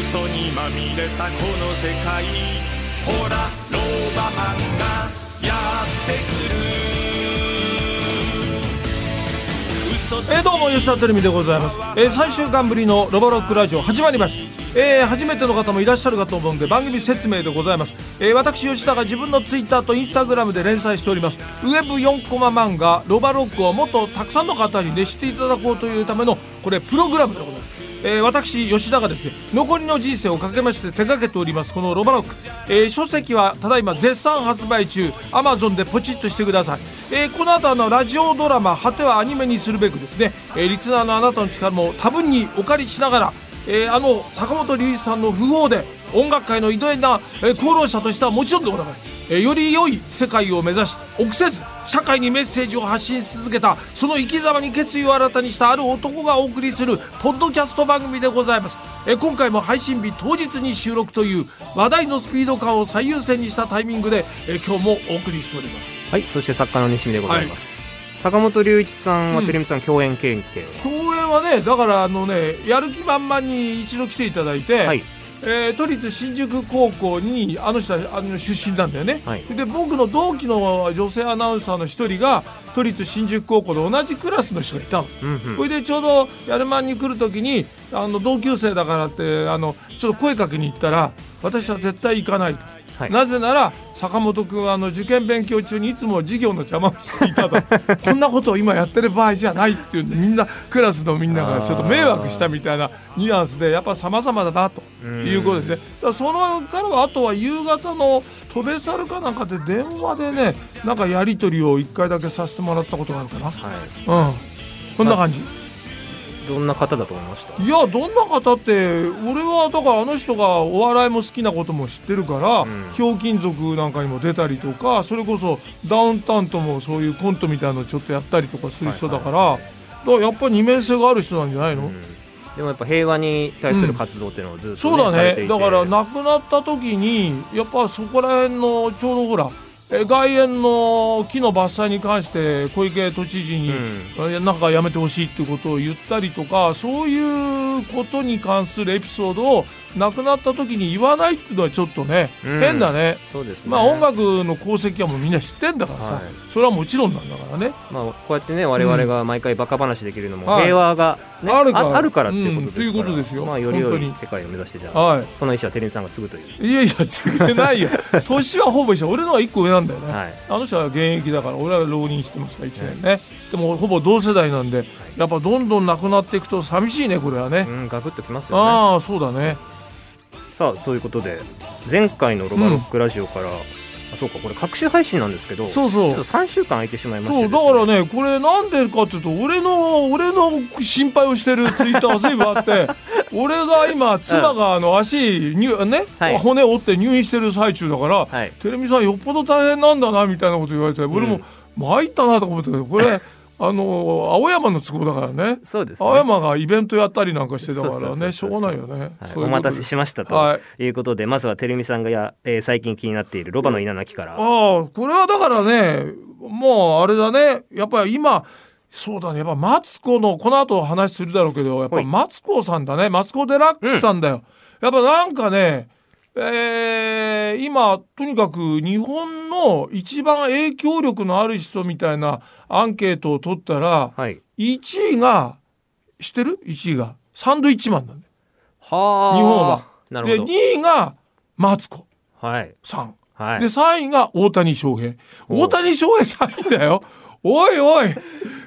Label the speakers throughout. Speaker 1: 嘘にまみれたこの世界ほらローバマンがやってくる嘘つき
Speaker 2: えーどうも吉田照美でございます、えー、3週間ぶりのロバロックラジオ始まりました、えー初めての方もいらっしゃるかと思うんで番組説明でございます、えー私吉田が自分のツイッターとインスタグラムで連載しておりますウェブ4コマ漫画ロバロックをもっとたくさんの方に熱していただこうというためのこれプログラムでございますえー私吉田がですね残りの人生をかけまして手掛けておりますこのロバロック、えー書籍はただいま絶賛発売中 Amazon でポチッとしてください、えーこの後あのラジオドラマ果てはアニメにするべくですね、えーリスナーのあなたの力も多分にお借りしながらえーあの坂本龍一さんの訃報で音楽界の偉大な、えー功労者としてはもちろんでございます、えーより良い世界を目指し臆せず社会にメッセージを発信し続けたその生き様に決意を新たにしたある男がお送りするポッドキャスト番組でございます、えー今回も配信日当日に収録という話題のスピード感を最優先にしたタイミングで、えー今日もお送りしております
Speaker 3: はい、そして作家の西見でございます。坂本龍一さんは、
Speaker 2: うん
Speaker 3: テレビさん共演経験
Speaker 2: 共演はねだからあのねやる気満々に一度来ていただいて、
Speaker 3: はい
Speaker 2: えー都立新宿高校にあの人はあの出身なんだよね、
Speaker 3: はい
Speaker 2: で僕の同期の女性アナウンサーの一人が都立新宿高校で同じクラスの人がいたの、
Speaker 3: うんうん
Speaker 2: それでちょうどやるまんに来る時にあの同級生だからってあのちょっと声かけに行ったら私は絶対行かないと。
Speaker 3: はい
Speaker 2: なぜなら坂本君はあの受験勉強中にいつも授業の邪魔をしていたとこんなことを今やってる場合じゃないっていうんでみんなクラスのみんながちょっと迷惑したみたいなニュアンスでやっぱ様々だなということですねだからそのからはあとは夕方の飛べ猿かなんかで電話でねなんかやり取りを1回だけさせてもらったことがあるかな
Speaker 3: はい。
Speaker 2: うんこんな感じ、
Speaker 3: どんな方だと思いました。
Speaker 2: いやどんな方って俺はだからあの人がお笑いも好きなことも知ってるから、
Speaker 3: ん
Speaker 2: ひょうきん族なんかにも出たりとかそれこそダウンタウンともそういうコントみたいのちょっとやったりとかする人だから、だからやっぱり二面性がある人なんじゃないの、
Speaker 3: うんでもやっぱ平和に対する活動っていうのをずっと、ね
Speaker 2: そうだ
Speaker 3: されて
Speaker 2: ね
Speaker 3: い
Speaker 2: だ
Speaker 3: て
Speaker 2: から亡くなった時にやっぱそこら辺のちょうどほらえ外苑の木の伐採に関して小池都知事に、えなんかやめてほしいってことを言ったりとかそういうことに関するエピソードを亡くなった時に言わないっていうのはちょっとね、
Speaker 3: うん
Speaker 2: 変だね。
Speaker 3: そうですね。
Speaker 2: まあ音楽の功績はもうみんな知ってんだからさ、
Speaker 3: はい
Speaker 2: それはもちろんなんだからね。
Speaker 3: まあこうやってね我々が毎回バカ話できるのも
Speaker 2: はい
Speaker 3: 平和が、ね
Speaker 2: あるから
Speaker 3: ああるからっていうことですから、
Speaker 2: うんということですよ
Speaker 3: まあより良
Speaker 2: 本当
Speaker 3: い
Speaker 2: に
Speaker 3: 世界を目指してじゃあ、
Speaker 2: はい。
Speaker 3: その意思はテレビさんが継ぐという。
Speaker 2: いやいや違えない よ年はほぼ一緒俺のは1個上なんだよね、
Speaker 3: はい
Speaker 2: あの人は現役だから俺は浪人してますから1年ね、でもほぼ同世代なんでやっぱどんどんなくなっていくと寂しいねこれはね、
Speaker 3: うん、ガクッときますよね。
Speaker 2: ああそうだね
Speaker 3: さあということで前回のロバロックラジオから、あそうかこれ各種配信なんですけど、
Speaker 2: そう
Speaker 3: ち
Speaker 2: そ
Speaker 3: ょっと
Speaker 2: う
Speaker 3: 3週間空いてしまいました
Speaker 2: そうだからねこれなんでかっていうと俺の俺の心配をしてるツイッターが随分あって 俺が今妻があの足にね、
Speaker 3: はい
Speaker 2: 骨折って入院してる最中だから、
Speaker 3: はい
Speaker 2: テレビさんよっぽど大変なんだなみたいなこと言われて俺も参ったなとか思ったけどこれあの青山の都合だからね
Speaker 3: そうですね
Speaker 2: 青山がイベントやったりなんかしてたか
Speaker 3: そうそ
Speaker 2: ら
Speaker 3: うそうそう
Speaker 2: ねしょうがないよね。
Speaker 3: はい、
Speaker 2: そういう
Speaker 3: お
Speaker 2: こ
Speaker 3: 待
Speaker 2: と
Speaker 3: た
Speaker 2: で
Speaker 3: せしましたと、、
Speaker 2: はい
Speaker 3: うことでまずはてるみさんがや、えー最近気になっているロバの稲垣から、
Speaker 2: ああこれはだからねもうあれだねやっぱり今そうだねやっぱマツコのこの後お話しするだろうけどやっぱ
Speaker 3: はい
Speaker 2: マツコさんだねマツコ・デラックスさんだよ、やっぱなんかねえー今とにかく日本の一番影響力のある人みたいなアンケートを取ったら
Speaker 3: はい
Speaker 2: 1位が知ってる1位がサンドイッチマンなんだよ
Speaker 3: はあ
Speaker 2: 日本は
Speaker 3: な
Speaker 2: で
Speaker 3: るほど
Speaker 2: 2位がマツコ
Speaker 3: はい
Speaker 2: さん
Speaker 3: はい
Speaker 2: で3位が大谷翔平
Speaker 3: お
Speaker 2: 大谷翔平3位だよおいおい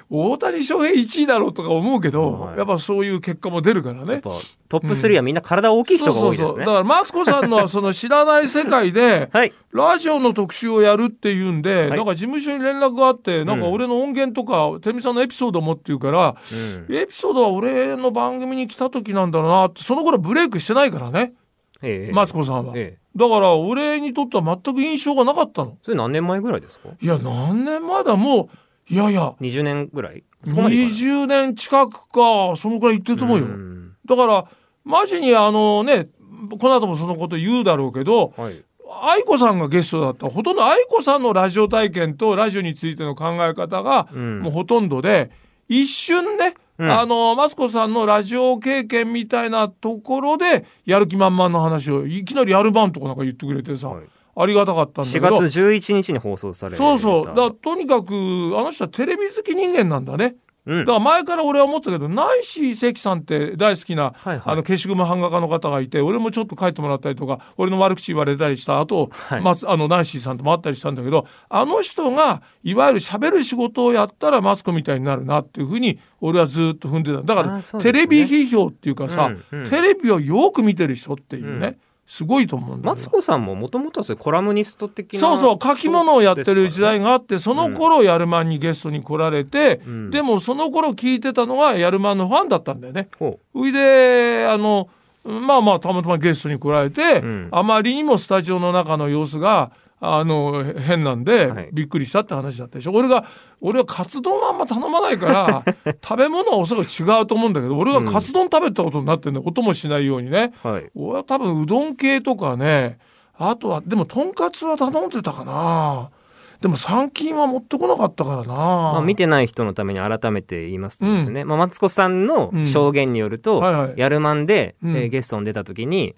Speaker 2: 大谷翔平1位だろうとか思うけど、
Speaker 3: はい
Speaker 2: やっぱそういう結果も出るから
Speaker 3: やっ
Speaker 2: ね
Speaker 3: ぱ。トップ3はみんな体大きい人が多いですね、
Speaker 2: だからマツコさんのその知らない世界 で
Speaker 3: はい
Speaker 2: ラジオの特集をやるっていうんで、
Speaker 3: はい
Speaker 2: なんか事務所に連絡があって、なんか俺の音源とかてるみさんのエピソードもっていうから、
Speaker 3: うん
Speaker 2: エピソードは俺の番組に来た時なんだろうなってその頃ブレイクしてないからね、
Speaker 3: ええ
Speaker 2: マツコさんは、
Speaker 3: ええ
Speaker 2: だから俺にとっては全く印象がなかったの。
Speaker 3: それ何年前ぐらいですか
Speaker 2: いや何年前だもういやいや
Speaker 3: 20年ぐらいそこまでいかない
Speaker 2: 20年近くかそのくらい言ってると思うよ
Speaker 3: ん
Speaker 2: だからマジにあのねこの後もそのこと言うだろうけど
Speaker 3: はい
Speaker 2: 愛子さんがゲストだったほとんど愛子さんのラジオ体験とラジオについての考え方が
Speaker 3: うん
Speaker 2: もうほとんどで、一瞬ね
Speaker 3: うん
Speaker 2: あのマツコさんのラジオ経験みたいなところでやる気満々の話をいきなりやる番とかなんか言ってくれてさ、
Speaker 3: はい
Speaker 2: ありがたかったんだけ
Speaker 3: 4
Speaker 2: ど
Speaker 3: 月11日に放送される
Speaker 2: そうそうだからとにかくあの人はテレビ好き人間なんだね。
Speaker 3: うん
Speaker 2: だから前から俺は思ったけどナイシー関さんって大好きな、
Speaker 3: はいはい
Speaker 2: あの消しゴム版画家の方がいて俺もちょっと書いてもらったりとか俺の悪口言われたりした後、
Speaker 3: はい
Speaker 2: まあのナイシーさんとも会ったりしたんだけどあの人がいわゆる喋る仕事をやったらマスコみたいになるなっていうふうに俺はずっと踏んでただから、
Speaker 3: あーそうです
Speaker 2: テ
Speaker 3: ね
Speaker 2: レビ批評っていうかさ、
Speaker 3: うんうん
Speaker 2: テレビをよく見てる人っていうね、
Speaker 3: う
Speaker 2: すごいと思うんだ
Speaker 3: マ
Speaker 2: け
Speaker 3: ツ
Speaker 2: ど。
Speaker 3: コさんももともとはそういうコラムニスト的な
Speaker 2: そうそう書き物をやってる時代
Speaker 3: が
Speaker 2: があってその頃ヤルマンにゲストに来られて、
Speaker 3: うん
Speaker 2: でもその頃聞いてたのがヤルマンのファンだったんだよね。
Speaker 3: ほ
Speaker 2: ほいであのまあまあたまたまゲストに来られて、
Speaker 3: うん
Speaker 2: あまりにもスタジオの中の様子があのへ変なんで、
Speaker 3: はい
Speaker 2: びっくりしたって話だったでしょ俺が俺はカツ丼はあんま頼まない から食べ物はおそらく違うと思うんだけど俺がカツ丼食べたことになってんだこともしないようにね。
Speaker 3: うはい
Speaker 2: 俺は多分うどん系とかねあとはでもとんかつは頼んでたかなでも三金は持ってこなかったからな、
Speaker 3: まあ、見てない人のために改めて言いますとですね、まあ、マツコさんの証言によると、
Speaker 2: うんはいはい
Speaker 3: やるまんで、
Speaker 2: うん
Speaker 3: えーゲストに出た時に、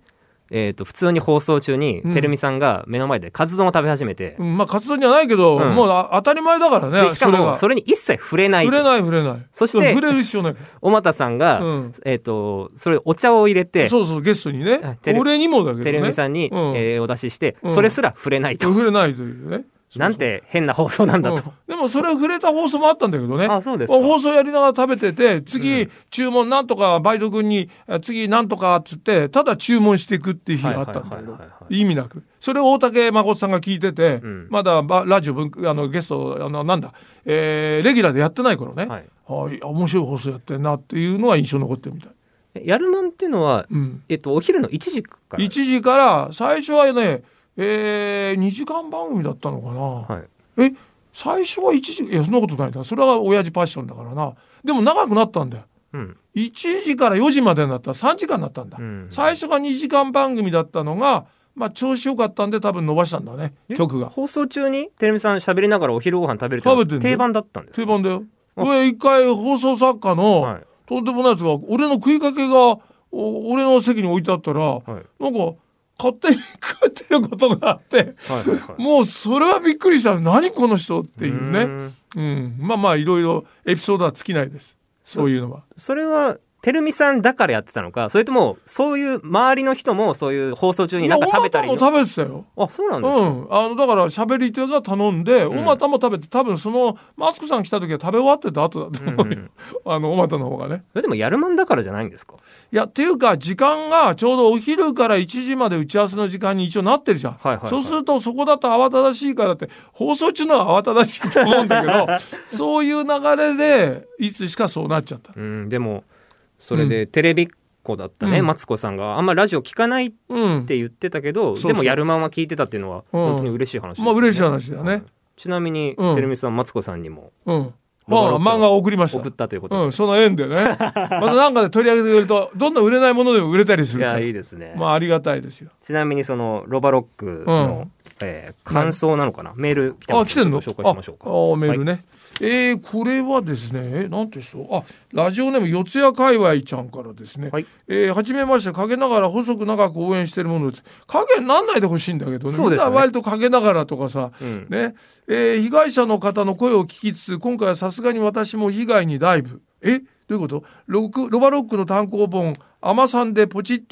Speaker 3: えー、と普通に放送中に、
Speaker 2: うん
Speaker 3: てるみさんが目の前でカツ丼を食べ始めて
Speaker 2: う、んまあカツ丼じゃないけど、
Speaker 3: うん
Speaker 2: もうあ当たり前だからね
Speaker 3: でしか
Speaker 2: それ
Speaker 3: も
Speaker 2: が
Speaker 3: それに一切触れない
Speaker 2: 触れない触れない
Speaker 3: そして
Speaker 2: 触れる必要ないか
Speaker 3: 小俣さんが、
Speaker 2: ら、うん、
Speaker 3: えー、とそれお茶を入れて
Speaker 2: そうそうゲストにね
Speaker 3: あテレ
Speaker 2: 俺にもだけどね
Speaker 3: てるみさんに、
Speaker 2: うん
Speaker 3: えーお出しして、
Speaker 2: うん
Speaker 3: それすら触れないと、
Speaker 2: 触れないというね
Speaker 3: なんて変な放送なんだと、
Speaker 2: うんでもそれ触れた放送もあったんだけどね
Speaker 3: あそうですか
Speaker 2: 放送やりながら食べてて次、注文なんとかバイト君にあ次なんとかっつってただ注文していくっていう日があったんだけど
Speaker 3: はいはいはいはいは
Speaker 2: 意味なくそれを大竹誠さんが聞いてて、
Speaker 3: うん
Speaker 2: まだばラジオ文あのゲストあのなんだ、えーレギュラーでやってない頃ね、
Speaker 3: は
Speaker 2: はいい、あ面白い放送やってんなっていうのは印象に残ってるみたい。
Speaker 3: やるまんっていうのは、
Speaker 2: うん
Speaker 3: えー、とお昼の1時から、
Speaker 2: 1時から最初はね、え2時間番組だったのかな、
Speaker 3: はい、
Speaker 2: え最初は1時いやそんなことないなそれは親父パッションだからなでも長くなったんだよ
Speaker 3: うん
Speaker 2: 1時から4時までになったら3時間になったんだ、
Speaker 3: うん
Speaker 2: 最初が2時間番組だったのがまあ調子よかったんで多分伸ばしたんだね
Speaker 3: え
Speaker 2: 曲が
Speaker 3: 放送中にてるみさん喋りながらお昼ご飯食べるっていうのは
Speaker 2: 食べてんだよ
Speaker 3: 定番だったんです
Speaker 2: 定
Speaker 3: か
Speaker 2: 番だよ俺一回放送作家の、
Speaker 3: はい
Speaker 2: とんでもないやつが俺の食いかけがお俺の席に置いてあったら、
Speaker 3: はい
Speaker 2: なんか勝手に食ってることがあって
Speaker 3: はいはい はい
Speaker 2: もうそれはびっくりした何この人っていうね
Speaker 3: ん
Speaker 2: うん、まあまあいろいろエピソードは尽きないですそういうのは。
Speaker 3: それはてるみさんだからやってたのかそれともそういう周りの人もそういう放送中になんか食べたり
Speaker 2: いや
Speaker 3: の
Speaker 2: おまたも食べてたよ。
Speaker 3: あそうな
Speaker 2: うんん
Speaker 3: ですか、、
Speaker 2: あのだから喋り手が頼んで、
Speaker 3: ん
Speaker 2: おまたも食べて多分そのマスクさん来た時は食べ終わってた後だと思うよ、
Speaker 3: うんうん
Speaker 2: あのおまたの方がね。
Speaker 3: それでもやるまんだからじゃないんですか
Speaker 2: いやっていうか時間がちょうどお昼から1時まで打ち合わせの時間に一応なってるじゃん、
Speaker 3: はいはいはい
Speaker 2: そうするとそこだと慌ただしいからって放送中のは慌ただしいと思うんだけ ど そういう流れでいつしかそうなっちゃった。
Speaker 3: うんでもそれでテレビっ子だったね、
Speaker 2: うん
Speaker 3: マツコさんがあんまラジオ聞かないっ
Speaker 2: うん、
Speaker 3: て言ってたけど、
Speaker 2: そうそう
Speaker 3: でもやるまんは聞いてたっていうのは
Speaker 2: うん
Speaker 3: 本当に嬉しい話です、ね
Speaker 2: まあ嬉しい話だよね
Speaker 3: はいちなみに、
Speaker 2: うん
Speaker 3: てるみさんマツコさんにも
Speaker 2: うん、まあ漫画を送りました
Speaker 3: 送ったということで、
Speaker 2: うん、その縁でね。またなんかで取り上げてくれると、どんどん売れないものでも売れたりす
Speaker 3: い
Speaker 2: るから。
Speaker 3: やいいですね、
Speaker 2: まあ、ありがたいですよ。
Speaker 3: ちなみにそのロバロックの、
Speaker 2: うん
Speaker 3: えー感想なのかなメール来て
Speaker 2: あ、
Speaker 3: ます
Speaker 2: 来てんの。
Speaker 3: ちょっと紹介しましょうか
Speaker 2: ああメールね。えーこれはですね、えなんて人、あ、ラジオネーム四谷界隈ちゃんからですね。
Speaker 3: はい
Speaker 2: えーはじめまして、陰ながら細く長く応援してるものです。影になんないでほしいんだけどね。
Speaker 3: そうですよ
Speaker 2: み
Speaker 3: ね
Speaker 2: んな割と陰ながらとかさ、
Speaker 3: うん
Speaker 2: ね、えー被害者の方の声を聞きつつ、今回はさすがに私も被害にダイブ。え、どういうこと？ロクロバロックの単行本、アマさんでポチッ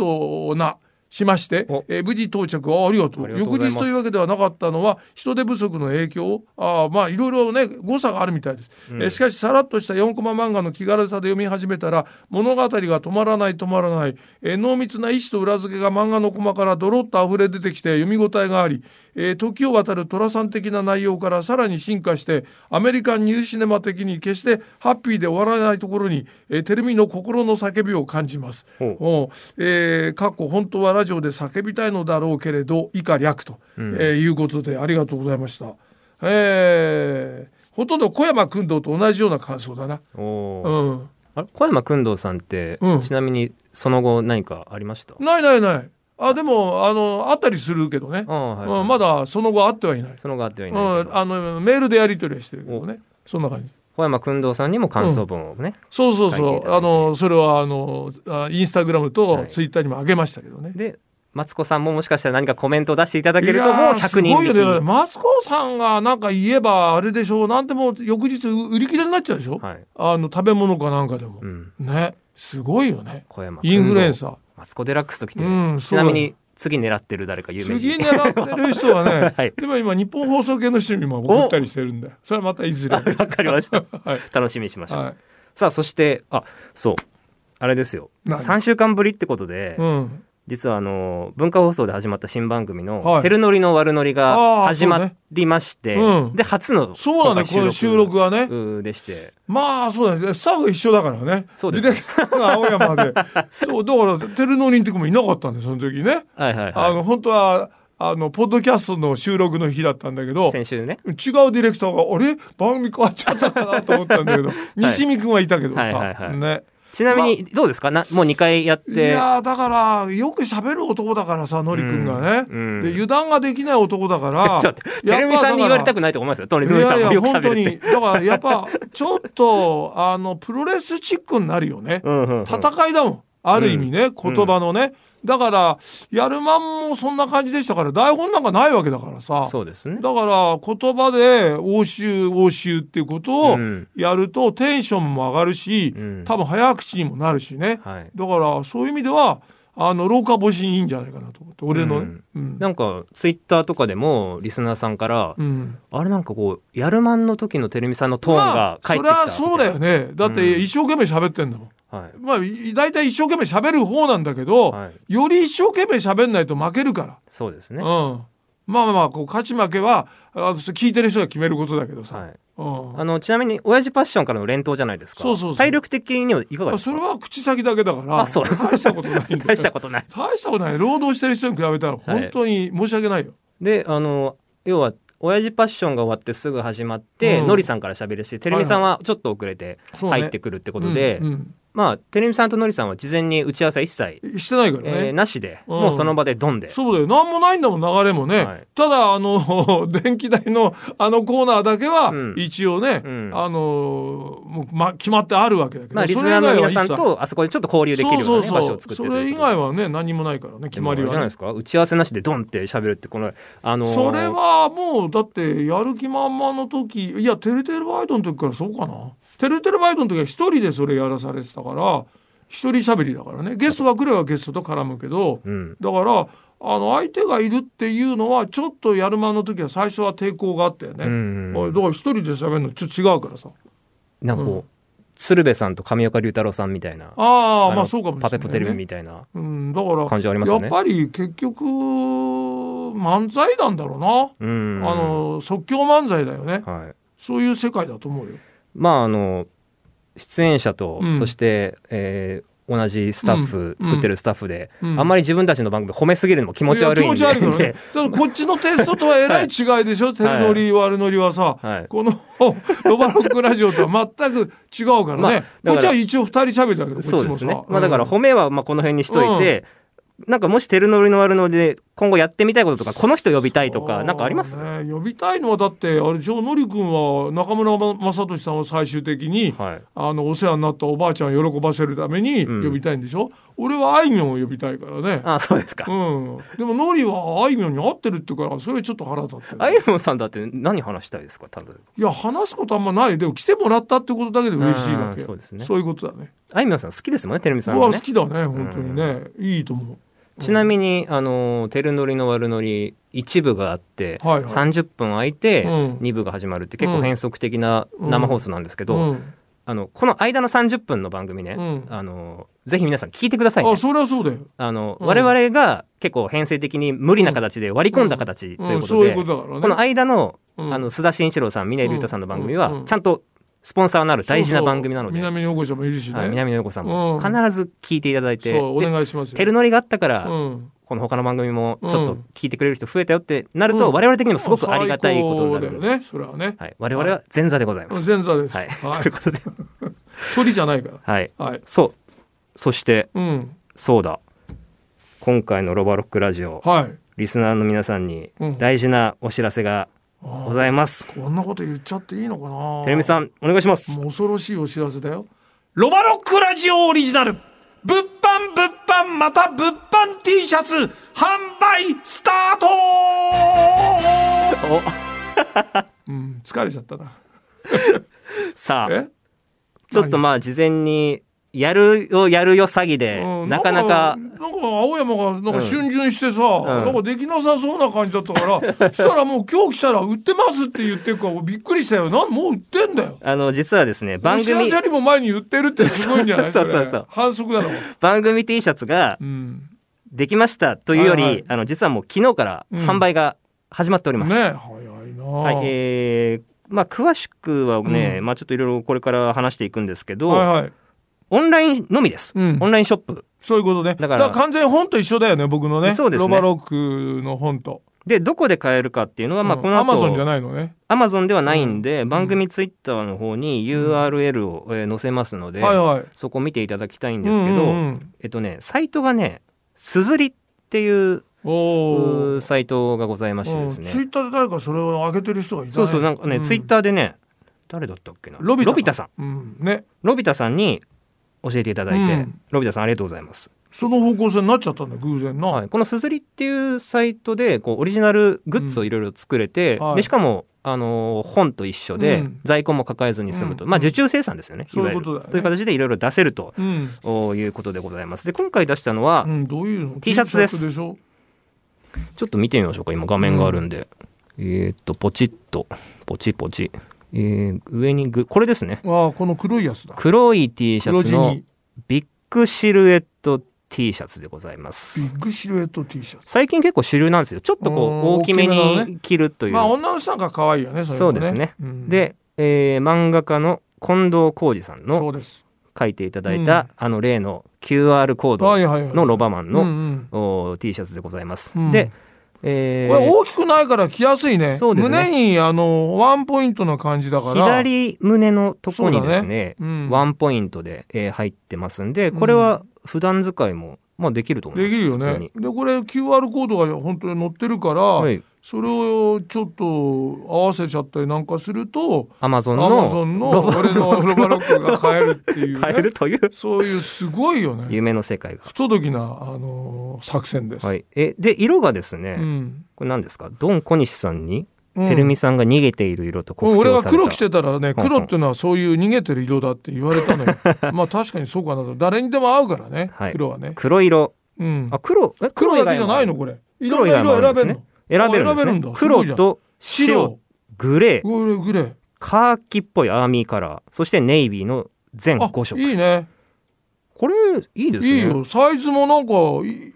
Speaker 2: とな。しまして
Speaker 3: お、
Speaker 2: えー無事到着あありがとう
Speaker 3: ありがとうご
Speaker 2: 翌
Speaker 3: ざいま
Speaker 2: 日と
Speaker 3: す
Speaker 2: いうわけではなかったのは人手不足の影響ああまあいろいろね誤差があるみたいです、えーしかしさらっとした4コマ漫画の気軽さで読み始めたら物語が止まらない止まらない、えー濃密な意思と裏付けが漫画のコマからドロッと溢れ出てきて読み応えがあり、えー時を渡る寅さん的な内容からさらに進化してアメリカンニューシネマ的に決してハッピーで終わらないところに、えーテレミの心の叫びを感じます。
Speaker 3: ほう
Speaker 2: おうえー、かっこ本当はラジオで叫びたいのだろうけれど以下略と、えーいうことでありがとうございました、えー、ほとんど小山君堂と同じような感想だな、
Speaker 3: おー
Speaker 2: うん、
Speaker 3: あれ小山君堂さんって、
Speaker 2: うん
Speaker 3: ちなみにその後何かありました
Speaker 2: ないないないあでもあのあったりするけどね、
Speaker 3: ああはい、
Speaker 2: うん、まだその後会ってはいない、
Speaker 3: その後あってはいないけ
Speaker 2: う
Speaker 3: ど、
Speaker 2: ん、あのメールでやり取りはしてるけどねそんな感じ
Speaker 3: 小山君堂さんにも感想文をね、
Speaker 2: そうそう
Speaker 3: 書い
Speaker 2: そ
Speaker 3: ていただいうて
Speaker 2: あのそれはあのあインスタグラム
Speaker 3: は
Speaker 2: と
Speaker 3: い
Speaker 2: ツイッターにも上げましたけどね、
Speaker 3: でマツコさんももしかしたら何かコメントを出していただ
Speaker 2: い
Speaker 3: けるともう
Speaker 2: やー
Speaker 3: 100
Speaker 2: す
Speaker 3: 人
Speaker 2: ごいよ
Speaker 3: 引
Speaker 2: ね
Speaker 3: き
Speaker 2: マツコさんがなんか言えばあれでしょうなんでもう翌日売り切れになっちゃうでしょ、
Speaker 3: はい
Speaker 2: あの食べ物かなんかでも
Speaker 3: う、ん、
Speaker 2: ねすごいよね
Speaker 3: 小山
Speaker 2: インフルエンサー
Speaker 3: ーマツコ・デラックスと来て、
Speaker 2: うん
Speaker 3: ちなみに次狙ってる誰か有名
Speaker 2: 次
Speaker 3: 人
Speaker 2: 狙ってる人はね、
Speaker 3: はい
Speaker 2: でも今日本放送系の人にも送ったりしてるんでそれはまたいずれ
Speaker 3: わかりました、
Speaker 2: はい
Speaker 3: 楽しみにしましょう、
Speaker 2: はい
Speaker 3: さあそしてあそうあれですよ
Speaker 2: 何
Speaker 3: 3週間ぶりってことで、
Speaker 2: うん
Speaker 3: 実はあの文化放送で始まった新番組の
Speaker 2: はい
Speaker 3: 「てるのりの悪のり」
Speaker 2: あ
Speaker 3: が
Speaker 2: ー
Speaker 3: 始まりまして、
Speaker 2: そうねうん
Speaker 3: で初の
Speaker 2: そうなんだよこの収録はね
Speaker 3: うーでして
Speaker 2: まあそうだねスタッフ一緒だからね
Speaker 3: そうです
Speaker 2: 自転車が青 山でそうだから照ノオリンピックもいなかったんでその時ね
Speaker 3: はいはい
Speaker 2: あ
Speaker 3: は
Speaker 2: の本当はあのポッドキャストの収録の日だったんだけど
Speaker 3: い先週ね
Speaker 2: 違うディレクターが「あれ番組変わっちゃったかな?」と思ったんだけ ど、西見君はいたけどさ、
Speaker 3: はいはいはい
Speaker 2: ね
Speaker 3: ちなみにどうですかなもう2回やっ
Speaker 2: い
Speaker 3: て
Speaker 2: やーだからよく喋る男だからさのり君がね、
Speaker 3: うんうん
Speaker 2: で油断ができない男だから
Speaker 3: ちょっとてるみさんに言われたくないと思いますよとに
Speaker 2: い
Speaker 3: かくさ
Speaker 2: や
Speaker 3: ん
Speaker 2: いや
Speaker 3: もよくしゃ
Speaker 2: 本
Speaker 3: べ
Speaker 2: 当
Speaker 3: るって
Speaker 2: にだからやっぱちょっとあのプロレスチックになるよね、
Speaker 3: うんうんうん
Speaker 2: 戦いだもんある意味ね、言葉のねだからやるまんもそんな感じでしたから台本なんかないわけだからさ
Speaker 3: そうですね
Speaker 2: だから言葉で応酬応酬っていうことを
Speaker 3: うん
Speaker 2: やるとテンションも上がるし、
Speaker 3: うん
Speaker 2: 多分早口にもなるしね、
Speaker 3: はい
Speaker 2: だからそういう意味ではあの老化防止にいいんじゃないかなと思って俺のね、うん
Speaker 3: なんかツイッターとかでもリスナーさんから、
Speaker 2: うん
Speaker 3: あれなんかこうやるまんの時のてるみさんのトーン
Speaker 2: まあ
Speaker 3: が
Speaker 2: そ
Speaker 3: 返っ
Speaker 2: り
Speaker 3: てきた
Speaker 2: ゃそうだよねだっ
Speaker 3: う
Speaker 2: て
Speaker 3: ん
Speaker 2: 一生懸命喋ってんだもん、
Speaker 3: はい
Speaker 2: まあい大体一生懸命喋る方なんだけど、
Speaker 3: はい
Speaker 2: より一生懸命喋んないと負けるから、
Speaker 3: そうですね
Speaker 2: うん、まあまあまあこう勝ち負けはあそれ聞いてる人が決めることだけどさ、
Speaker 3: はい
Speaker 2: うん
Speaker 3: あのちなみに親父パッションからの連投じゃないですか。
Speaker 2: そうそうそう
Speaker 3: 体力的にはいかが
Speaker 2: あ
Speaker 3: です
Speaker 2: そ
Speaker 3: か。
Speaker 2: れは口先だけだから
Speaker 3: あそう
Speaker 2: 大したことないんだ
Speaker 3: 大した
Speaker 2: よ
Speaker 3: ことない。
Speaker 2: 大したことない労働してる人に比べたら本当に申し訳ないよ、
Speaker 3: で、あの要は親父パッションが終わってすぐ始まって、
Speaker 2: うん
Speaker 3: のりさんから喋るし、てるみさんはちょっと遅れて
Speaker 2: そうね
Speaker 3: 入ってくるってことで、
Speaker 2: うん
Speaker 3: まあてるみさんとのりさんは事前に打ち合わせ一切、
Speaker 2: うんしてないからね、
Speaker 3: えーなしで、
Speaker 2: うん
Speaker 3: もうその場でドンで。
Speaker 2: そうだよ何もないんだもん流れもね、
Speaker 3: はい
Speaker 2: ただあの 電気代のあのコーナーだけは
Speaker 3: うん
Speaker 2: 一応ね、
Speaker 3: うん
Speaker 2: あのもう、ま、決まってあるわけだけど、
Speaker 3: まあリス
Speaker 2: それ以
Speaker 3: ナー
Speaker 2: 外
Speaker 3: の
Speaker 2: は
Speaker 3: 皆
Speaker 2: 一
Speaker 3: さん
Speaker 2: 切
Speaker 3: とあそこでちょっと交流できるような、ね、
Speaker 2: そうそう
Speaker 3: 場
Speaker 2: そ
Speaker 3: 所
Speaker 2: う
Speaker 3: を作って
Speaker 2: そ
Speaker 3: ると
Speaker 2: れ
Speaker 3: い
Speaker 2: 以
Speaker 3: うことで
Speaker 2: 外はね何もないからね決
Speaker 3: でも
Speaker 2: ま
Speaker 3: あ
Speaker 2: り
Speaker 3: れじゃ
Speaker 2: は
Speaker 3: ない
Speaker 2: ね
Speaker 3: ですか打ち合わせなしでドンって喋るってこのあのー
Speaker 2: それはもうだってやる気満々の時いやてるてるバイトの時からそうかなてるてるバイトの時は一人でそれやらされてたから一人喋りだからねゲストが来ればゲストと絡むけど、
Speaker 3: うん
Speaker 2: だからあの相手がいるっていうのはちょっとやるまんの時は最初は抵抗があったよね、
Speaker 3: うんうんうん
Speaker 2: おいだから一人で喋るのちょっと違うからさ
Speaker 3: なんかこう、鶴瓶さんと上岡龍太郎さんみたいな
Speaker 2: ああ
Speaker 3: の
Speaker 2: まあそうかもしれない、ね、
Speaker 3: パペポテレビみたいな
Speaker 2: うん、だから
Speaker 3: 感じありますよね
Speaker 2: やっぱり結局漫才なんだろうな、
Speaker 3: うん
Speaker 2: あの即興漫才だよね
Speaker 3: はい
Speaker 2: そういう世界だと思うよ
Speaker 3: まああの出演者と、
Speaker 2: うん
Speaker 3: そして、えー同じスタッフ、
Speaker 2: うん
Speaker 3: 作ってるスタッフで、
Speaker 2: うん
Speaker 3: あんまり自分たちの番組褒めすぎるのも気持ち悪いんで
Speaker 2: や気持ち悪い からね
Speaker 3: で
Speaker 2: だからこっちのテストとはえらい違いでしょ、テルノリ悪ノリはさ、
Speaker 3: はい
Speaker 2: このロバロックラジオとは全く違うからね、
Speaker 3: まあだから
Speaker 2: こっちは一応二人喋りだけどこっち
Speaker 3: そ
Speaker 2: も
Speaker 3: う
Speaker 2: さ
Speaker 3: ですね、
Speaker 2: うん
Speaker 3: まあ、だから褒めはまあこの辺にしといて、なんかもし「てるのりの悪のり」で今後やってみたいこととかこの人呼びたいとかなんかあります
Speaker 2: そうね呼びたいのはだってあれジョーノリ君は中村雅俊さんを最終的に、
Speaker 3: はい
Speaker 2: あのお世話になったおばあちゃんを喜ばせるために
Speaker 3: うん
Speaker 2: 呼びたいんでしょ、俺はあいみょんを呼びたいからね
Speaker 3: あそうですか、
Speaker 2: うん、でもノリはあいみょんに合ってるって言うからそれちょっと腹立ってる
Speaker 3: あいもんさんだって何話したいですか例えば
Speaker 2: いや話すことあんまないでも来てもらったってことだけで嬉しいわけ
Speaker 3: あーそうですね
Speaker 2: そういうことだね
Speaker 3: あいみょんさん好きですもんねてるみさん
Speaker 2: 僕
Speaker 3: も
Speaker 2: は
Speaker 3: ね
Speaker 2: 好きだね本当にね、いいと思う
Speaker 3: ちなみに、あのー、テルノリの悪ノリ一部があって、
Speaker 2: はいはい
Speaker 3: 30分空いて、
Speaker 2: うん
Speaker 3: 二部が始まるって結
Speaker 2: う
Speaker 3: 構
Speaker 2: ん
Speaker 3: 変則的な生放送なんですけど、
Speaker 2: うん
Speaker 3: あのこの間の30分の番組ね、
Speaker 2: うん
Speaker 3: あのーぜひ皆さん聞いてくださいね、
Speaker 2: あそりゃそうだよ
Speaker 3: あの
Speaker 2: うん、
Speaker 3: 我々が結構編成的に無理な形で割り込んだ形といううんこ
Speaker 2: そ
Speaker 3: と
Speaker 2: ういう
Speaker 3: で
Speaker 2: ことだからね
Speaker 3: この間の,、
Speaker 2: うん
Speaker 3: あの須田慎一郎さん峰竜太さんの番組
Speaker 2: うんう
Speaker 3: は
Speaker 2: ん
Speaker 3: ちゃんとスポンサーのある大事な番組なので
Speaker 2: そうそう南のお子ちゃんもいるしね、
Speaker 3: はい南野陽子さん
Speaker 2: う
Speaker 3: も
Speaker 2: ん
Speaker 3: 必ず聞いていただいて、
Speaker 2: そうお
Speaker 3: で
Speaker 2: 願いしますよ
Speaker 3: テルノリがあったから、
Speaker 2: うん
Speaker 3: この他の番組もちょっ
Speaker 2: う
Speaker 3: と
Speaker 2: ん
Speaker 3: 聞いてくれる人増えたよってなると、
Speaker 2: うん
Speaker 3: 我々的にもすごくありがたいことになる
Speaker 2: 最高
Speaker 3: ので、
Speaker 2: だよねそれはね、
Speaker 3: はい、我々は前座でございます。
Speaker 2: 前座です
Speaker 3: はい、
Speaker 2: は
Speaker 3: と
Speaker 2: いう
Speaker 3: いことで、
Speaker 2: 鳥じゃないから
Speaker 3: はい、
Speaker 2: はい
Speaker 3: そうそして
Speaker 2: うん
Speaker 3: そうだ今回の「ロバロックラジオ
Speaker 2: はい」
Speaker 3: リスナーの皆さんに
Speaker 2: うん
Speaker 3: 大事なお知らせがございます。
Speaker 2: こんなこと言っちゃっていいのかな
Speaker 3: てるみさん、お願いします。
Speaker 2: もう恐ろしいお知らせだよ。ロマロックラジオオリジナル、物販物販また物販 T シャツ、販売スタート
Speaker 3: お、
Speaker 2: うん、疲れちゃったな。
Speaker 3: さあ、
Speaker 2: え
Speaker 3: ちょっとまあ、事前に、やるよ、やるよ詐欺で
Speaker 2: う、ん
Speaker 3: なかなか、
Speaker 2: なんか青山がなんか逡巡してさ、なんかできなさそうな感じだった から、したらもう今日来たら売ってますって言ってるからびっくりしたよ。なんもう売ってんだよ。
Speaker 3: あの、実はですね、番
Speaker 2: お知ら
Speaker 3: 組
Speaker 2: せ、よりも前に売ってるってすごいんじゃない
Speaker 3: そうそうそう
Speaker 2: れ反則だろ。
Speaker 3: 番組 T シャツが
Speaker 2: うん。
Speaker 3: できましたというより、
Speaker 2: はいはい
Speaker 3: あの、実はもう昨日から販売が始まっております。
Speaker 2: ね早いな。
Speaker 3: はい、えー、まあ、詳しくはね、
Speaker 2: う
Speaker 3: まあ、ちょっといろいろこれから話していくんですけど、
Speaker 2: はいはい。
Speaker 3: オンラインのみです。
Speaker 2: うん
Speaker 3: オンラインショップ。
Speaker 2: そういうことね。だ
Speaker 3: だ
Speaker 2: か
Speaker 3: からら
Speaker 2: 完全に本と一緒だよね、僕のね。
Speaker 3: そうですね
Speaker 2: ロバロックの本と。
Speaker 3: で、どこで買えるかっていうのは、まあ、この後、
Speaker 2: アマゾンじゃないのね。
Speaker 3: アマゾンではないんで、番組ツイッターの方に URL を、えー載せますので、
Speaker 2: はいはい。
Speaker 3: そこ見ていただきたいんですけど、
Speaker 2: うんうんうん
Speaker 3: えっとねサイトがねすずりっていう
Speaker 2: お
Speaker 3: う
Speaker 2: お
Speaker 3: ー。サイトがございましてです
Speaker 2: ツイ
Speaker 3: ね
Speaker 2: ッターで誰かそれを上げてる人がいたね。
Speaker 3: そうそうなんかね、ツイッターでね誰だったっけな
Speaker 2: ロビタ
Speaker 3: さん
Speaker 2: ー。うん。ね。
Speaker 3: ロビタさんに教えていただいて、
Speaker 2: うん
Speaker 3: ロビタさんありがとうございます、
Speaker 2: その方向性になっちゃったんだよ、偶然な。
Speaker 3: はい、このすずりっていうサイトでこうオリジナルグッズをいろいろ作れて、
Speaker 2: うんはい
Speaker 3: でしかもあのー本と一緒で、
Speaker 2: うん
Speaker 3: 在庫も抱えずに済むと、
Speaker 2: うん
Speaker 3: まあ受注生産ですよね
Speaker 2: そういう
Speaker 3: わゆ
Speaker 2: こ
Speaker 3: る
Speaker 2: とだよね
Speaker 3: という形でいろいろ出せると
Speaker 2: うん。
Speaker 3: いうことでございますで今回出したのは、
Speaker 2: うん、どういうの
Speaker 3: T シャツです
Speaker 2: T しょ
Speaker 3: ちょっと見てみましょうか今画面があるんで、えーっとポチッとポチポチ、えー上にグこれですね
Speaker 2: ああ、この黒いやつだ。
Speaker 3: 黒い T シャ
Speaker 2: 黒
Speaker 3: ツ
Speaker 2: 地
Speaker 3: の
Speaker 2: に
Speaker 3: ビッグシルエット T シャツでございま
Speaker 2: ビ
Speaker 3: す
Speaker 2: ッグシルエット T シャツ。
Speaker 3: 最近結構主流なんですよちょっとこ
Speaker 2: うん
Speaker 3: う大きめ
Speaker 2: 大きめのね
Speaker 3: に着るという、
Speaker 2: まあ女の人なんか可愛いよね、れも
Speaker 3: そうですね
Speaker 2: うん
Speaker 3: で、えー漫画家の近藤浩二さん
Speaker 2: そ
Speaker 3: の
Speaker 2: うです。
Speaker 3: 書いていただい
Speaker 2: うん
Speaker 3: たあの例の QR コー
Speaker 2: は
Speaker 3: ド
Speaker 2: いはいはい。
Speaker 3: のロバマン
Speaker 2: うん
Speaker 3: の、
Speaker 2: うん
Speaker 3: お T シャツでございます、
Speaker 2: うん
Speaker 3: で、えー
Speaker 2: これ大きくないから着やすいね。
Speaker 3: そうですね
Speaker 2: 胸にあのワンポイントな感じだから。
Speaker 3: 左胸のとこにです
Speaker 2: そうだ
Speaker 3: ね
Speaker 2: うん
Speaker 3: ワンポイントで、えー入ってますんでこれは普段使いも、まあ、できると思
Speaker 2: で
Speaker 3: います
Speaker 2: きるよ
Speaker 3: 普
Speaker 2: ね
Speaker 3: 通に。
Speaker 2: でこれ QR コードが本当に載ってるから、
Speaker 3: はい
Speaker 2: それをちょっと合わせちゃったりなんかすると、
Speaker 3: アマゾ
Speaker 2: ア
Speaker 3: ン
Speaker 2: マゾ
Speaker 3: の
Speaker 2: ンの俺のロバロックが買えるっていう、ね、
Speaker 3: 買えるという
Speaker 2: そういうすごいよね。
Speaker 3: 夢の世界が。
Speaker 2: 不届きなあのー作戦です。
Speaker 3: はい、えで色がですね、
Speaker 2: うん。
Speaker 3: これ何ですかドン小西さんに、
Speaker 2: うん
Speaker 3: てるみさんが逃げている色と
Speaker 2: これ
Speaker 3: 酷評
Speaker 2: 俺が
Speaker 3: された
Speaker 2: 黒着てたらね
Speaker 3: うんうん
Speaker 2: 黒っていうのはそういう逃げてる色だって言われたの よまあ確かにそうかなと誰にでも合うからね、
Speaker 3: はい
Speaker 2: 黒はね、
Speaker 3: 黒色
Speaker 2: うん、
Speaker 3: あ黒え
Speaker 2: 黒
Speaker 3: 以
Speaker 2: だけ
Speaker 3: 外
Speaker 2: じゃ
Speaker 3: も
Speaker 2: ないのこれいろ
Speaker 3: 黒
Speaker 2: ん
Speaker 3: 以
Speaker 2: な
Speaker 3: 外もあ
Speaker 2: 色
Speaker 3: る
Speaker 2: 選
Speaker 3: ん
Speaker 2: べ
Speaker 3: です
Speaker 2: る
Speaker 3: ね
Speaker 2: の
Speaker 3: 選べるん
Speaker 2: あ選べるんだ、す
Speaker 3: です、ね
Speaker 2: ご
Speaker 3: 黒
Speaker 2: いじ
Speaker 3: と白
Speaker 2: 白
Speaker 3: グレー
Speaker 2: これグレー
Speaker 3: カーキっぽいアーミーカラーそしてネイビーの全
Speaker 2: あ
Speaker 3: 5色
Speaker 2: いいね
Speaker 3: これいいですね
Speaker 2: いいよサイズもなんか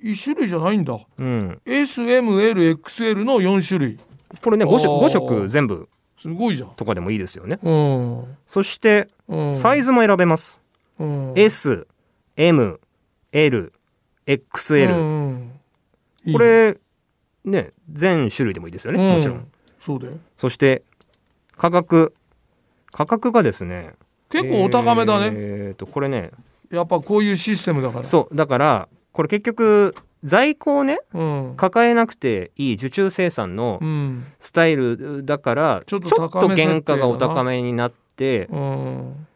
Speaker 2: い一種類じゃないんだ
Speaker 3: うん、
Speaker 2: SMLXL の4種類
Speaker 3: これね
Speaker 2: あー
Speaker 3: 5, 色5色全部
Speaker 2: すごいじゃん
Speaker 3: とかでもいいですよね
Speaker 2: うん、
Speaker 3: そして
Speaker 2: うん、
Speaker 3: サイ
Speaker 2: ズ、
Speaker 3: ズも選べます、
Speaker 2: うん
Speaker 3: SMLXL、
Speaker 2: うんいいね
Speaker 3: これね全種類でもいいですよね、
Speaker 2: うん
Speaker 3: もちろん
Speaker 2: そうだよ
Speaker 3: そして価格価格がですね
Speaker 2: 結構お高めだね、
Speaker 3: えーとこれね
Speaker 2: やっぱこういうシステムだから
Speaker 3: そうだからこれ結局在庫をね
Speaker 2: う、うん
Speaker 3: 抱えなくていい受注生産の
Speaker 2: うん
Speaker 3: スタイルだから
Speaker 2: ち
Speaker 3: ち
Speaker 2: ょ
Speaker 3: ょ
Speaker 2: っ
Speaker 3: っ
Speaker 2: と
Speaker 3: と
Speaker 2: 高め設定だな
Speaker 3: 原価がお高めになって
Speaker 2: うん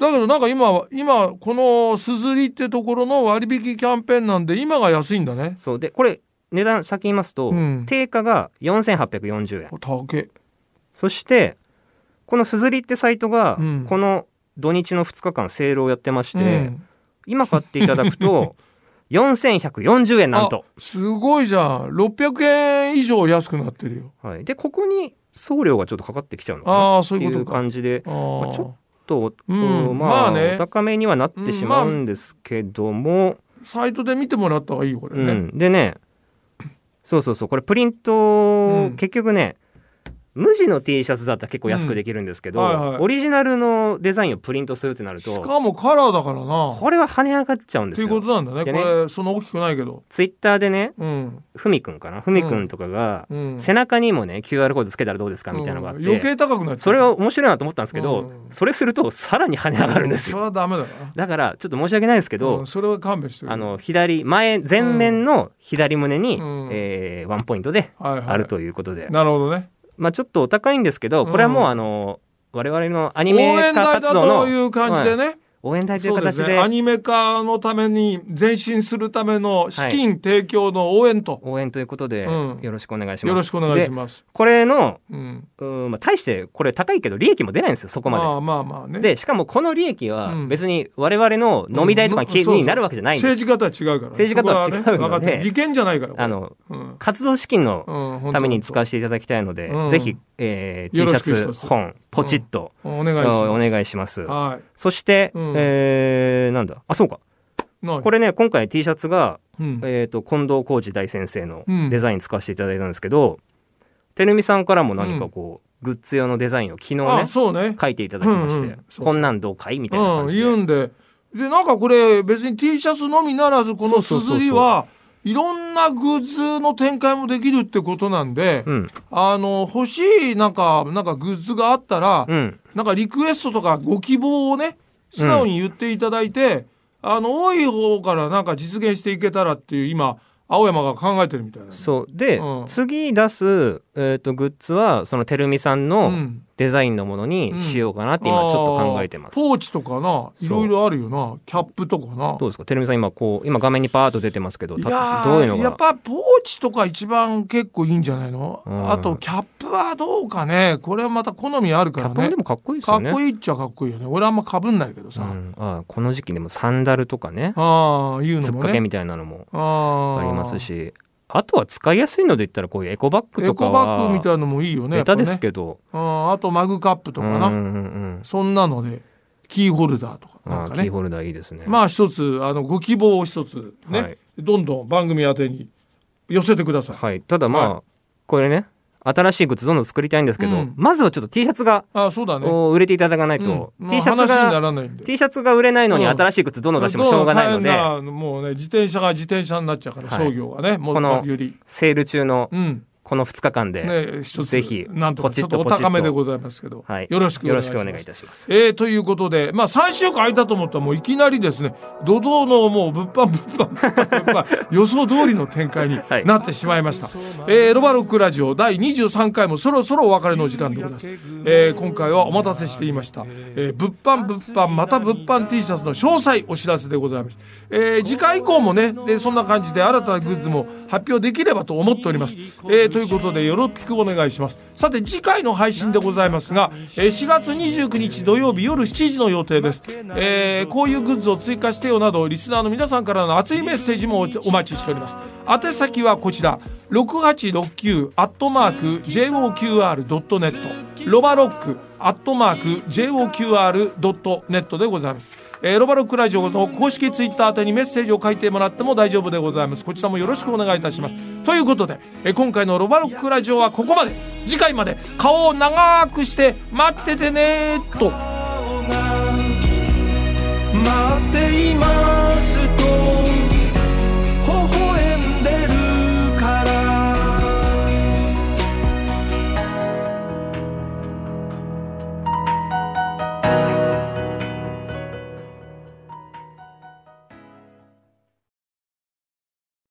Speaker 2: だけどなんか今は今このすずりってところの割引キャンペーンなんで今が安いんだね
Speaker 3: そうでこれ値段先言いますと、
Speaker 2: うん
Speaker 3: 定価が4840円
Speaker 2: お高え
Speaker 3: そしてこのすずりってサイトが、
Speaker 2: うん
Speaker 3: この土日の2日間セールをやってまして、
Speaker 2: うん
Speaker 3: 今買っていただく と4140円なんと、
Speaker 2: あすごいじゃん600円以上安くなってるよ
Speaker 3: はい、でここに送料がちょっとかかってきちゃうのかな
Speaker 2: ああそう
Speaker 3: って
Speaker 2: い
Speaker 3: いう
Speaker 2: こ
Speaker 3: う
Speaker 2: とか
Speaker 3: 感じで
Speaker 2: あー
Speaker 3: まあちょと、
Speaker 2: うん
Speaker 3: まあ、
Speaker 2: まあね
Speaker 3: お高めにはなってしま
Speaker 2: う
Speaker 3: うん
Speaker 2: まあ
Speaker 3: んですけども、
Speaker 2: サイトで見てもらった方がいいよこれ
Speaker 3: う
Speaker 2: ね、
Speaker 3: ん、でねそうそうそうこれプリント、
Speaker 2: ん
Speaker 3: 結局ね無地の T シャツだったら結構安くできるんですけど、
Speaker 2: うんはいはい
Speaker 3: オリジナルのデザインをプリントするってなる
Speaker 2: し
Speaker 3: と
Speaker 2: かもカラーだからな
Speaker 3: これは跳ね上がっちゃうん
Speaker 2: っ
Speaker 3: で
Speaker 2: て
Speaker 3: す
Speaker 2: いうこ
Speaker 3: よ
Speaker 2: となんだね
Speaker 3: で
Speaker 2: こ
Speaker 3: ね
Speaker 2: れそんな大きくないけど
Speaker 3: ツイッターでね
Speaker 2: うん
Speaker 3: ふみくんかなふみくんとかが、
Speaker 2: うん
Speaker 3: 背中にもね QR コードつけたらどうですかみたいなのがあって、
Speaker 2: うん余計高くなっちゃう
Speaker 3: それは面白いなと思ったんですけど、
Speaker 2: うん
Speaker 3: それするとさらに跳ね上がるんです
Speaker 2: そ
Speaker 3: よ、
Speaker 2: れはダメだな
Speaker 3: だからちょっと申し訳ないですけど、
Speaker 2: うんそれは勘弁してる
Speaker 3: あの左前前面の左胸に、
Speaker 2: うん
Speaker 3: えーワンポイントで
Speaker 2: はいはい
Speaker 3: あるということで、
Speaker 2: なるほどね
Speaker 3: まあ、ちょっとお高いんですけどこれはもうあの、我々のアニメ
Speaker 2: 応援
Speaker 3: 化
Speaker 2: 隊だ
Speaker 3: 活動の
Speaker 2: という感じで
Speaker 3: はい
Speaker 2: ね、
Speaker 3: 応援隊という
Speaker 2: そうで
Speaker 3: 形
Speaker 2: す
Speaker 3: で
Speaker 2: ねアニメ化のために前進するための資金提供の応援と、
Speaker 3: 応援ということで
Speaker 2: うん
Speaker 3: よろしくお願いします。
Speaker 2: よろしくお願いし
Speaker 3: で
Speaker 2: ます。
Speaker 3: これの
Speaker 2: うん、
Speaker 3: うん、まあ、大してこれ高いけど利益も出ないんですよそこまで。
Speaker 2: まあまあまあね。
Speaker 3: でしかもこの利益は
Speaker 2: うん
Speaker 3: 別に我々の飲み代とかに,、
Speaker 2: うんそうそう
Speaker 3: になるわけじゃないんです。
Speaker 2: 政治家とは違うから。
Speaker 3: 政治家とは違うので
Speaker 2: そこね分かってる利権じゃないから。これ
Speaker 3: あの
Speaker 2: うん
Speaker 3: 活動資金の
Speaker 2: うん本当
Speaker 3: ために使わせていただきたいので、
Speaker 2: うん
Speaker 3: ぜひ、えー、
Speaker 2: よ
Speaker 3: T シ
Speaker 2: ろ
Speaker 3: ャ
Speaker 2: しく
Speaker 3: ツ本ポチッと、
Speaker 2: お願いします。
Speaker 3: お願いします。
Speaker 2: は
Speaker 3: そして、
Speaker 2: うん
Speaker 3: えーなんだあそうか
Speaker 2: い。な
Speaker 3: これね今回 T シャツが、
Speaker 2: うん
Speaker 3: えー、と近藤浩二大先生の
Speaker 2: うん
Speaker 3: デザイン使わせていただいたんですけど、てるみさんからも何かこう、グッズ用のデザインを昨日ね
Speaker 2: あ、そうね。
Speaker 3: 書いていただきまし
Speaker 2: う
Speaker 3: て、
Speaker 2: んうんそうそう
Speaker 3: こんなんどうかいみたいな
Speaker 2: う
Speaker 3: 感
Speaker 2: ん、
Speaker 3: じで、
Speaker 2: 言うんで。で、なんかこれ、別に T シャツのみならず、このすずりは、いろんなグッズの展開もできるってことなんで、
Speaker 3: うん
Speaker 2: あの、欲しい、なんか、なんかグッズがあったら、
Speaker 3: うん
Speaker 2: なんかリクエストとかご希望をね、素直に言っていただいて、あの、多い方からなんか実現していけたらっていう、今、青山が考えてるみたいな。
Speaker 3: そうで、
Speaker 2: うん
Speaker 3: 次出す、えー、とグッズはそのてるみさん
Speaker 2: う
Speaker 3: の
Speaker 2: ん
Speaker 3: デザインのものにしようかなって今ちょっと考えてます、
Speaker 2: あーポーチとかな、いろいろあるよな、キャップとかな
Speaker 3: ど。うですかてるみさん今こう今画面にパーッと出てますけど
Speaker 2: い
Speaker 3: た
Speaker 2: やー
Speaker 3: どういうのが
Speaker 2: やっぱポーチとか一番結構いいんじゃないの、
Speaker 3: うん
Speaker 2: あとキャップはどうかねこれはまた好みある
Speaker 3: キ
Speaker 2: か
Speaker 3: ャ
Speaker 2: ら
Speaker 3: ップも
Speaker 2: ね
Speaker 3: でもかっこいいです
Speaker 2: か
Speaker 3: よ
Speaker 2: っ
Speaker 3: ね
Speaker 2: こいいっちゃかっこいいよね俺あんまかぶんないけどさ、
Speaker 3: うん、ああこの時期でもサンダルとかね
Speaker 2: ああいうの
Speaker 3: つっ
Speaker 2: も
Speaker 3: かけ
Speaker 2: ね
Speaker 3: みたいなのも
Speaker 2: あ
Speaker 3: あ
Speaker 2: ー
Speaker 3: りますしあとは使いやすいので言ったらこういうエコバッグ
Speaker 2: エ
Speaker 3: とか
Speaker 2: コバッグみた
Speaker 3: はい
Speaker 2: なのもいいよね
Speaker 3: ベタです
Speaker 2: ど、
Speaker 3: けど、
Speaker 2: うんあとマグカップと
Speaker 3: うんう
Speaker 2: か
Speaker 3: んう
Speaker 2: な、
Speaker 3: ん
Speaker 2: そんなのでキーホルダーとか
Speaker 3: あ
Speaker 2: な
Speaker 3: あ
Speaker 2: んか
Speaker 3: キー
Speaker 2: ね
Speaker 3: ホルダーいいですね、
Speaker 2: まあ一つあのご希望を一つね、
Speaker 3: はい
Speaker 2: どんどん番組宛てに寄せてください、
Speaker 3: はい、ただまあ、
Speaker 2: は
Speaker 3: これね新しいグッズどんどん作りたいんですけど、
Speaker 2: うん
Speaker 3: まずはちょっと T シャツが、
Speaker 2: あそうだね、
Speaker 3: お売れていただかないと、
Speaker 2: うんまあ
Speaker 3: T シャツ
Speaker 2: 話にな
Speaker 3: が
Speaker 2: らないんで
Speaker 3: T シャツが売れないのに
Speaker 2: うん
Speaker 3: 新しいグッズどんどん出してもしょうがないの
Speaker 2: ど
Speaker 3: で、
Speaker 2: う大変なもうね自転車が自転車になっちゃうから、
Speaker 3: はい
Speaker 2: 商業がねも
Speaker 3: この
Speaker 2: うより
Speaker 3: セール中の
Speaker 2: うん
Speaker 3: この2日間で、
Speaker 2: ね一つ
Speaker 3: ぜひ
Speaker 2: なんとか
Speaker 3: ポチ
Speaker 2: ち
Speaker 3: ッ
Speaker 2: ょっ
Speaker 3: と
Speaker 2: とお高めでございますけど、
Speaker 3: はい、
Speaker 2: よろしくお願いし
Speaker 3: よ
Speaker 2: ます。
Speaker 3: 願いいたします。
Speaker 2: えーということで、まあ、3週間空いたと思ったらもういきなりですね怒涛のもう物販物販物販物販予想通りの展開に
Speaker 3: はい
Speaker 2: なってしまいました、えーロバロックラジオ第23回もそろそろお別れの時間でございます、えー今回はお待たせしていました、えー物販物販また物販 T シャツの詳細お知らせでございます、えー次回以降もねでそんな感じで新たなグッズも発表できればと思っております、えーということでよろしくお願いしますさて次回の配信でございますが、えー4月29日土曜日夜7時の予定です、えーこういうグッズを追加してよなどリスナーの皆さんからの熱いメッセージもおお待ちしております宛先はこちら6869アットマーク JOQR.net ロバロックアットマーク JOQR.net でございます、えーロバロックラジオの公式ツイッター宛てにメッセージを書いてもらっても大丈夫でございますこちらもよろしくお願いいたしますということで、えー今回のロバロックラジオはここまで次回まで顔を長くして待っててねーと
Speaker 1: 待っていますと